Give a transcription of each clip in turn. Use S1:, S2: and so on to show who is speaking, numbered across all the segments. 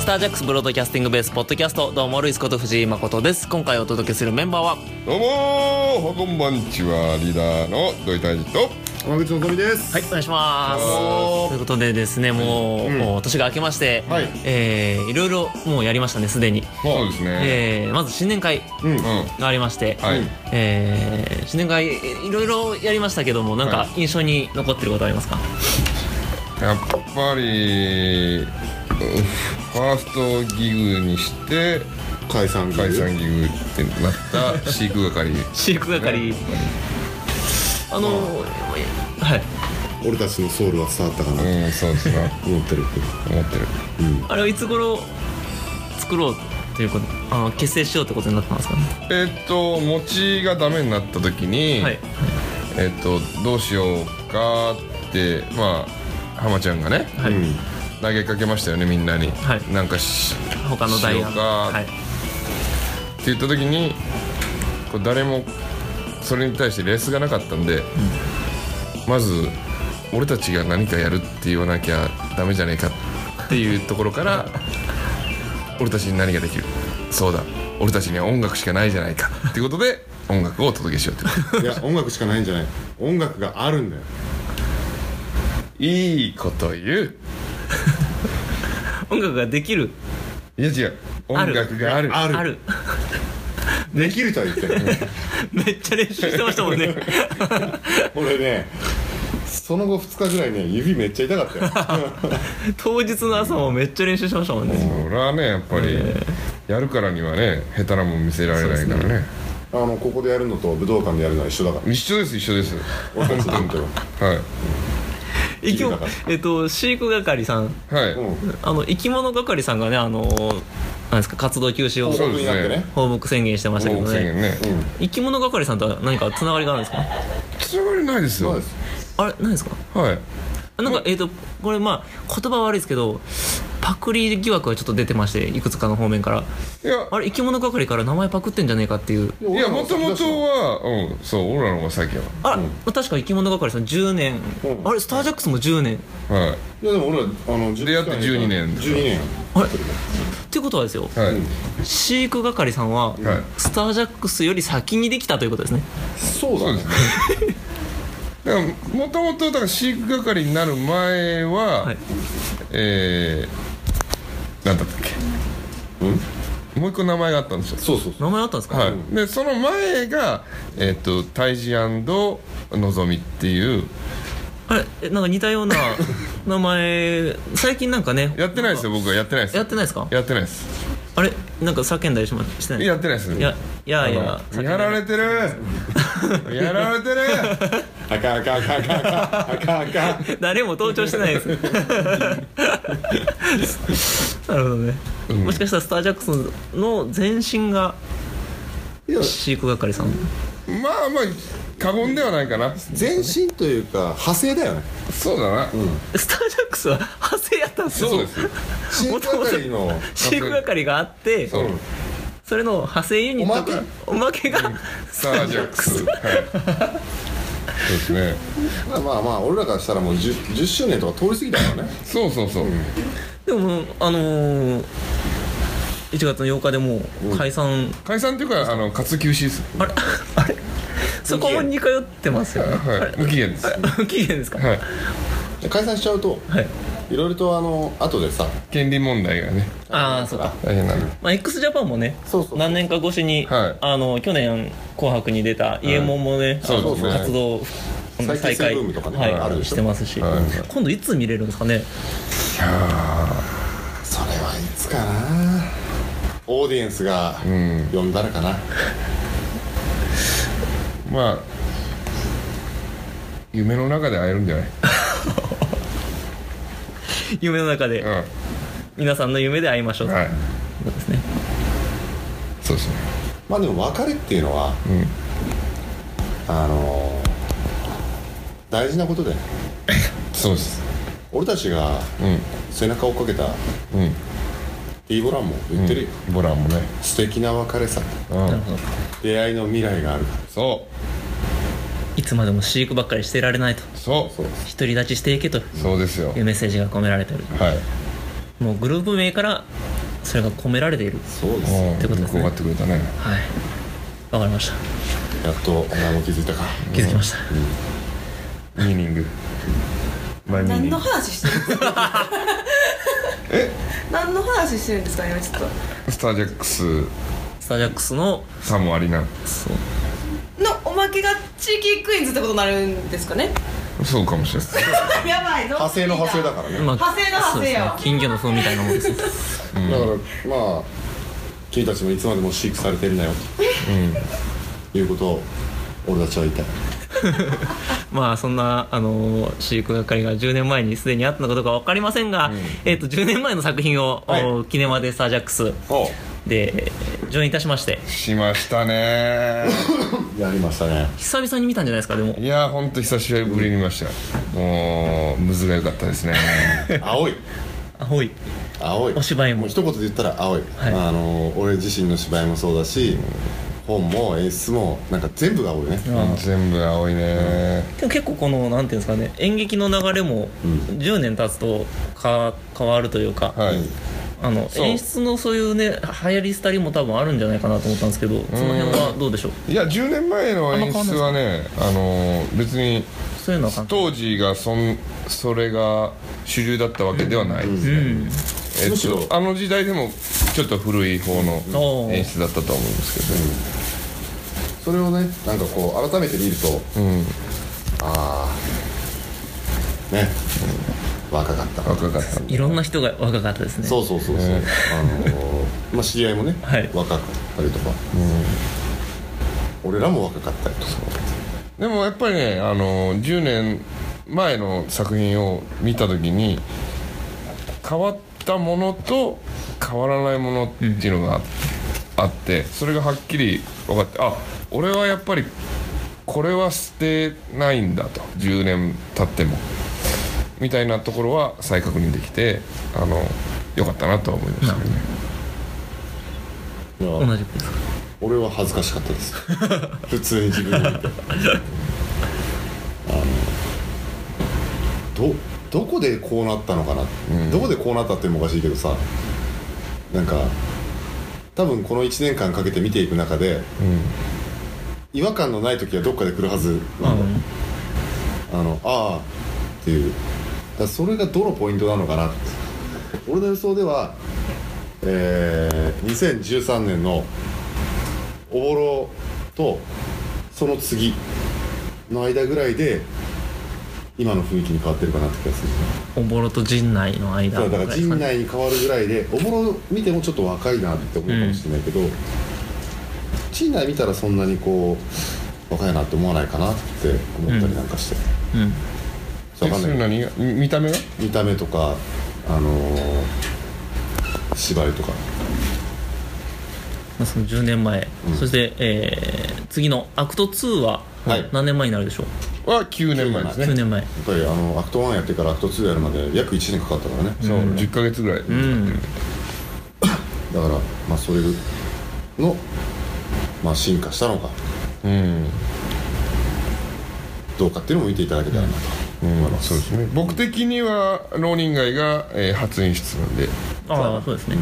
S1: スタージャックスブロードキャスティングベースポッドキャストどうもルイスこと藤井誠です今回お届けするメンバーは
S2: どうもーこんばんちはリーダーの土井大二と
S3: 浜口のぞみです。
S1: はいお願いします
S3: おー
S1: ということでですねもう,、
S3: うん
S1: もう年が明けまして、
S3: はいい
S1: えーいろいろもうやりましたねすでに、
S2: そうですね、
S1: えーまず新年会
S3: うん。
S2: うん
S1: がありまして、
S2: はい、
S3: うん
S1: えー新年会いろいろやりましたけどもなんか
S2: は
S1: 印象に残ってることありますか、
S2: やっぱりうんファーストギグにして
S3: 解散
S2: 解散ギグってな った飼育係
S1: 飼育係あのーはい
S3: 俺たちのソウルは伝わったかなと
S2: うんそうですな
S3: 思ってる。
S2: 思ってる
S1: あれはいつ頃作ろうということあの結成しようってことになったんですかね
S2: えっと餅がダメになった時に、
S1: はい
S2: えっとどうしようかってまあ浜ちゃんがね
S1: はい、
S3: うん。
S2: 投げかけましたよねみんなに、
S1: はい
S2: なんかし
S1: 他の代
S2: し
S1: が
S2: ようか
S1: はい
S2: って言った時にこう誰もそれに対してレースがなかったんで、まず俺たちが何かやるって言わなきゃダメじゃねえかっていうところから俺たちに何ができるそうだ俺たちには音楽しかないじゃないかっていうことで音楽をお届けしようって
S3: いや音楽しかないんじゃない。音楽があるんだよ。
S2: いいこと言う
S1: 音楽ができる
S2: いや違う
S1: ある
S2: 音楽がある
S3: ある
S1: ある
S3: できるとは言ってる。
S1: めっちゃ練習してましたもんね
S3: 俺ね。その後2日ぐらいね指めっちゃ痛か ったよ
S1: 当日の朝もめっちゃ練習しましたもんね
S2: それはねやっぱりやるからにはね下手なもん見せられないからね
S3: あのここでやるのと武道館でやるのは一緒だから
S2: 一緒です一緒です
S3: 俺たちの時は
S2: はい
S1: 生き
S3: きる
S1: 物
S3: だから
S1: えっと飼育係さん
S2: はい、
S3: うん
S1: あの生き物係さんがねあのなんですか活動休止を
S2: そうで
S3: 僕
S2: す
S3: になってね
S1: 放牧宣言してましたけど
S2: 僕宣言
S1: ね
S2: ね
S1: 生き物係さんとは何かつながりがあるんですか
S2: つながりないですよ
S3: そうです
S1: あれ何ですか
S2: はい
S1: なんか、えっ、とこれまあ言葉は悪いですけどパクリ疑惑はちょっと出てましていくつかの方面から
S2: いや
S1: あれ生き物係から名前パクってんじゃねえかっていう
S2: いやもともとはうんそう俺らの方が先は
S1: あら、確か生き物係さん10年、
S3: うん
S1: あれスタージャックスも10年
S2: はい
S3: やでも俺らあの
S2: 出会って12年
S3: 12年
S1: あれっていうことはですよ
S2: いはい、
S1: 飼育係さんは、
S2: はい
S1: スタージャックスより先にできたということですね
S3: そう
S2: そ
S3: だ
S2: うで
S3: ね
S2: すねだからもともとだから飼育係になる前は、
S1: はい
S2: えー、なんだったっけもう一個名前があったんですよ
S3: そうそうそ
S1: 名
S3: う
S1: 前あったんですか、
S2: はい、でその前が、えっと胎児のぞみっていう
S1: あれえなんか似た ような名前最近なんかね
S2: やってないですよ僕はやってないです
S1: やってないですか
S2: やってないです
S1: あれなんか叫んだりしましてない
S2: やってないです
S1: いやいやいや
S2: あのやられてるやられてる
S3: あかんあかんあかんあかんあかんあかん
S1: 誰も登場して ないですなるほどね、もしかしたらスター・ジャックソンの前身が
S3: いや
S1: 飼育係さん
S2: まあまあ過言ではないかな
S3: 前身というか派生 だよね
S2: そうだな、
S1: スター・ジャックスは派生やったんですよ
S2: そうですよ
S3: 新
S1: もともと
S3: 係の
S1: 飼育係があって
S2: そう
S1: それの派生ユニットからおまけが
S2: スタージャックスはいそうですね
S3: まあまあまあ俺らからしたらもう 10, 10周年とか通り過ぎたからね
S2: そうそうそう、
S1: でもあのー、1月の8日でもう解散
S2: 解散っていうかあの活動休止です
S1: あれ あれそこに通ってますよね
S2: はい無期限ですは
S1: 無期限ですか
S2: い
S3: で解散しちゃうと
S1: はい
S3: いろいろとあの後でさ
S2: 権利問題がね
S1: ああそうか
S2: 大変なんで
S1: まあ、x ジャパンもね
S3: そうそう
S1: 何年か越しに、
S2: はい
S1: あの去年「紅白」に出た伊右衛門もね,あの、
S2: そうですね
S1: 活動あの
S3: 再結成ブームとかね
S1: はい、
S3: あるでし
S1: し
S3: ょ
S1: てますし、
S2: はい
S1: 今度いつ見れるんですかね
S3: それはいつかなオーディエンスが呼んだらかな、
S2: まあ夢の中で会えるんじゃない
S1: 夢の中で皆さんの夢で会いましょう
S2: うん
S1: と、
S2: はい
S1: そうですね
S2: そうですね
S3: まあでも別れっていうのは、あの大事なことで
S2: そうです
S3: 俺たちが背中を追っかけた
S2: うんうん
S3: ディーボランも言ってるよ、
S2: ボランもね
S3: 素敵な別れさ
S2: うん
S3: 出会いの未来があるか
S2: そ
S1: いつまでも飼育ばっかりしてられないと
S2: うそう
S3: そう
S1: 独り立ちしていけとい
S2: そうですよ
S1: うメッセージが込められてる
S2: はい
S1: もうグループ名からそれが込められている
S3: そうですよ
S2: お
S1: ってことですね
S2: よく分かってくれたね
S1: はいわかりました
S3: やっとお前も気づいたか
S1: 気づきました、
S2: ミーニングマイミーニ
S4: 何
S2: ング
S4: の話してるんですか 何の話してるんですか今ちょっ
S2: スタージャックス
S1: スタージャックスの
S2: さもありな
S1: そう
S4: とのおまけが地域クイズってことになるんですかね
S2: そうかもしれな
S4: やばいぞ
S3: 派生の派生だからね、
S1: ま
S4: 派生の派生やわ
S1: そうですね金魚の風みたいなもんですね
S3: だからまあ君たちもいつまでも飼育されてるなよということを俺たちは言いたい
S1: まあそんなあの飼育係が10年前にすでにあったのかどうか分かりませんが、えー、と10年前の作品を、
S3: はい
S1: おキネマでスタージャックス
S3: お
S1: で上演いたしまして
S2: いしました ね
S3: やりましたね
S1: 久々に見たんじゃないですかでも
S2: いやーほんと久しぶりに見ましたもうムズが良かった ですね
S3: 青い
S1: 青い
S3: 青い
S1: お芝居も
S3: う一言で言ったら青い、
S1: はい
S3: あの俺自身の芝居もそうだし本も演出もなんか全部が青いね
S2: 全部青いね
S1: でも結構このなんていうんですかね演劇の流れも10年経つとか変わるというか、
S2: はい
S1: あの
S2: そう
S1: 演出のそういうね流行り廃りも多分あるんじゃないかなと思ったんですけどその辺はどうでしょう
S2: いや10年前の演出はねあのー別に
S1: そういうのは関係
S2: 当時がそんそれが主流だったわけではないですね、えっ
S3: むしろ
S2: と、あの時代でもちょっと古い方の
S1: うん
S2: 演出だったと思うんですけど、
S3: それをねなんかこう改めて見ると、ああね、若かった
S2: 若かった
S1: いろんな人が若かったですね
S3: そうそうそうそう、あのーまあ知り合いもね、
S1: はい
S3: 若かったりとか、俺らも若かったりとか
S2: でもやっぱりねあの10年前の作品を見た時に変わったものと変わらないものっていうのがああってそれがはっきり分かってあ俺はやっぱりこれは捨てないんだと10年経ってもみたいなところは再確認できてあのよかったなとは思いましたけどね
S3: いや
S1: 同じことですか
S3: 俺は恥ずかしかったです 普通に自分で見てあのどどこでこうなったのかな、どこでこうなったっていうのもおかしいけどさなんか多分この1年間かけて見ていく中で、違和感のない時はどっかで来るはずなんだ、あのああっていうだからそれがどのポイントなのかなって俺の予想ではえー、2013年のおぼろとその次の間ぐらいで今の雰囲気に変わってるかなって気がする
S1: おぼろと陣内の間
S3: そうだから陣内に変わるぐらいでおぼろ見てもちょっと若いなって思うかもしれないけど、陣内見たらそんなにこう若いなって思わないかなって思ったりなんかして、
S1: うん
S3: わかん
S2: そ
S3: ない
S2: れ何がみ見た目が
S3: 見た目とかあのー芝居とか
S1: まあその10年前、そして、えー次のアクト2は
S3: はい
S1: 何年前になるでしょう、
S2: は9年前ですね
S1: 9年前
S3: やっぱりあのアクト1やってからアクト2やるまで約1年かかったからね、
S2: そう10ヶ月ぐらい、
S1: うん
S3: だからまあそれの、まあ、進化したのか
S2: うん
S3: どうかっていうのも見ていただけたらなと思います、
S2: そうですね僕的には浪人街が、えー初演出なんで
S1: ああそうですね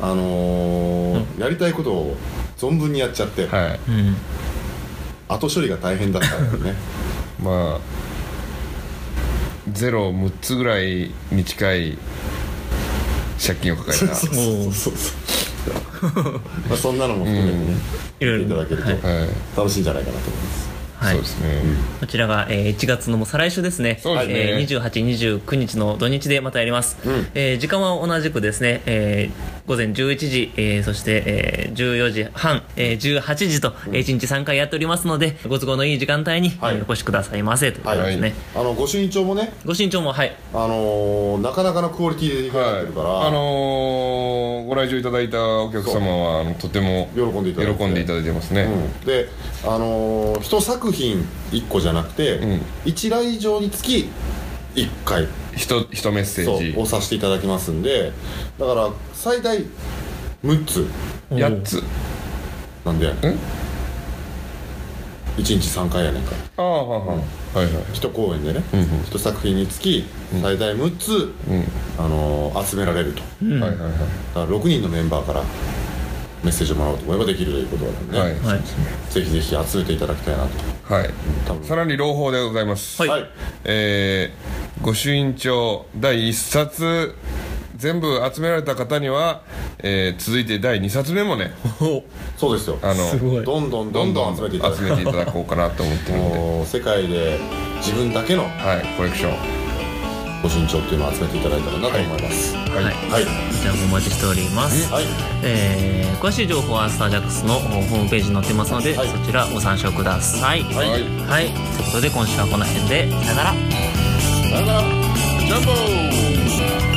S3: あのーやりたいことを存分にやっちゃって、
S2: はい
S1: うん
S3: 後処理が大変だったんだ よね
S2: まあゼロ6つぐらいに近い借金を抱 えた
S1: おお
S3: そうそうまあそんなのも含めてね、
S1: いろい
S3: 見てい
S1: ろ
S3: ただけると、
S1: はい
S2: はい、
S3: 楽しいんじゃないかなと思います
S1: は
S2: そ
S1: いう
S2: ですね、
S1: こちらが、えー1月のもう再来週ですね
S2: そうですね
S1: えー、2829日の土日でまたやります、
S3: ん
S1: えー時間は同じくですね、えー午前11時、えーそして、えー14時半、えー18時と、えー1日3回やっておりますのでご都合のいい時間帯に、
S3: はい
S1: えーお越しくださいませということですね、
S2: はい
S3: あのご朱印帳もね、
S1: ご身長もはい
S3: あのーなかなかのクオリティでいただいてるから、
S2: はい、あのーご来場いただいたお客様はあのとても
S3: 喜んでいただいて
S2: 喜んでいただいてますね、
S3: うんで、あのー、一作品1個じゃなくて、
S2: ん
S3: 一来場につき1回
S2: ひとひとメッセ
S3: そ
S2: ー
S3: うを
S2: ジ
S3: させていただきますんでだから最大6つ
S2: 8つ
S3: なんで
S2: ん
S3: 1日3回やねんから
S2: ああはあはあはいはい
S3: 一公演でね、
S2: ん
S3: 一作品につき最大6つ、あのー集められると
S2: はいはいはい
S3: だから6人のメンバーからメッセージをもらおうと思えばできるということなので、
S2: はい、
S1: はい
S3: ぜひぜひ集めていただきたいなと
S2: はい
S3: 多分
S2: さらに朗報でございます
S1: はい
S3: はい
S2: えー御朱印帳第1冊全部集められた方には、えー続いて第2冊目もね
S1: お
S3: そうですよ
S2: あの
S1: すごい
S3: どんどんどんどん集めていただ
S2: 集
S3: く
S2: めていただこうかなと思ってるんで、
S3: もう世界で自分だけの
S2: はい、コレクション
S3: ご身長っていうのを集めていただいたらなと思いますは
S2: はい、
S1: はい
S3: い
S1: じゃあお待ちしております
S3: はい
S1: えー詳しい情報はスタージャックスのホームページに載ってますので、
S3: はい
S1: そちらご参照ください
S3: はい
S2: はい
S1: はい、ということで今週はこの辺でさよなら
S3: さよならジャンボー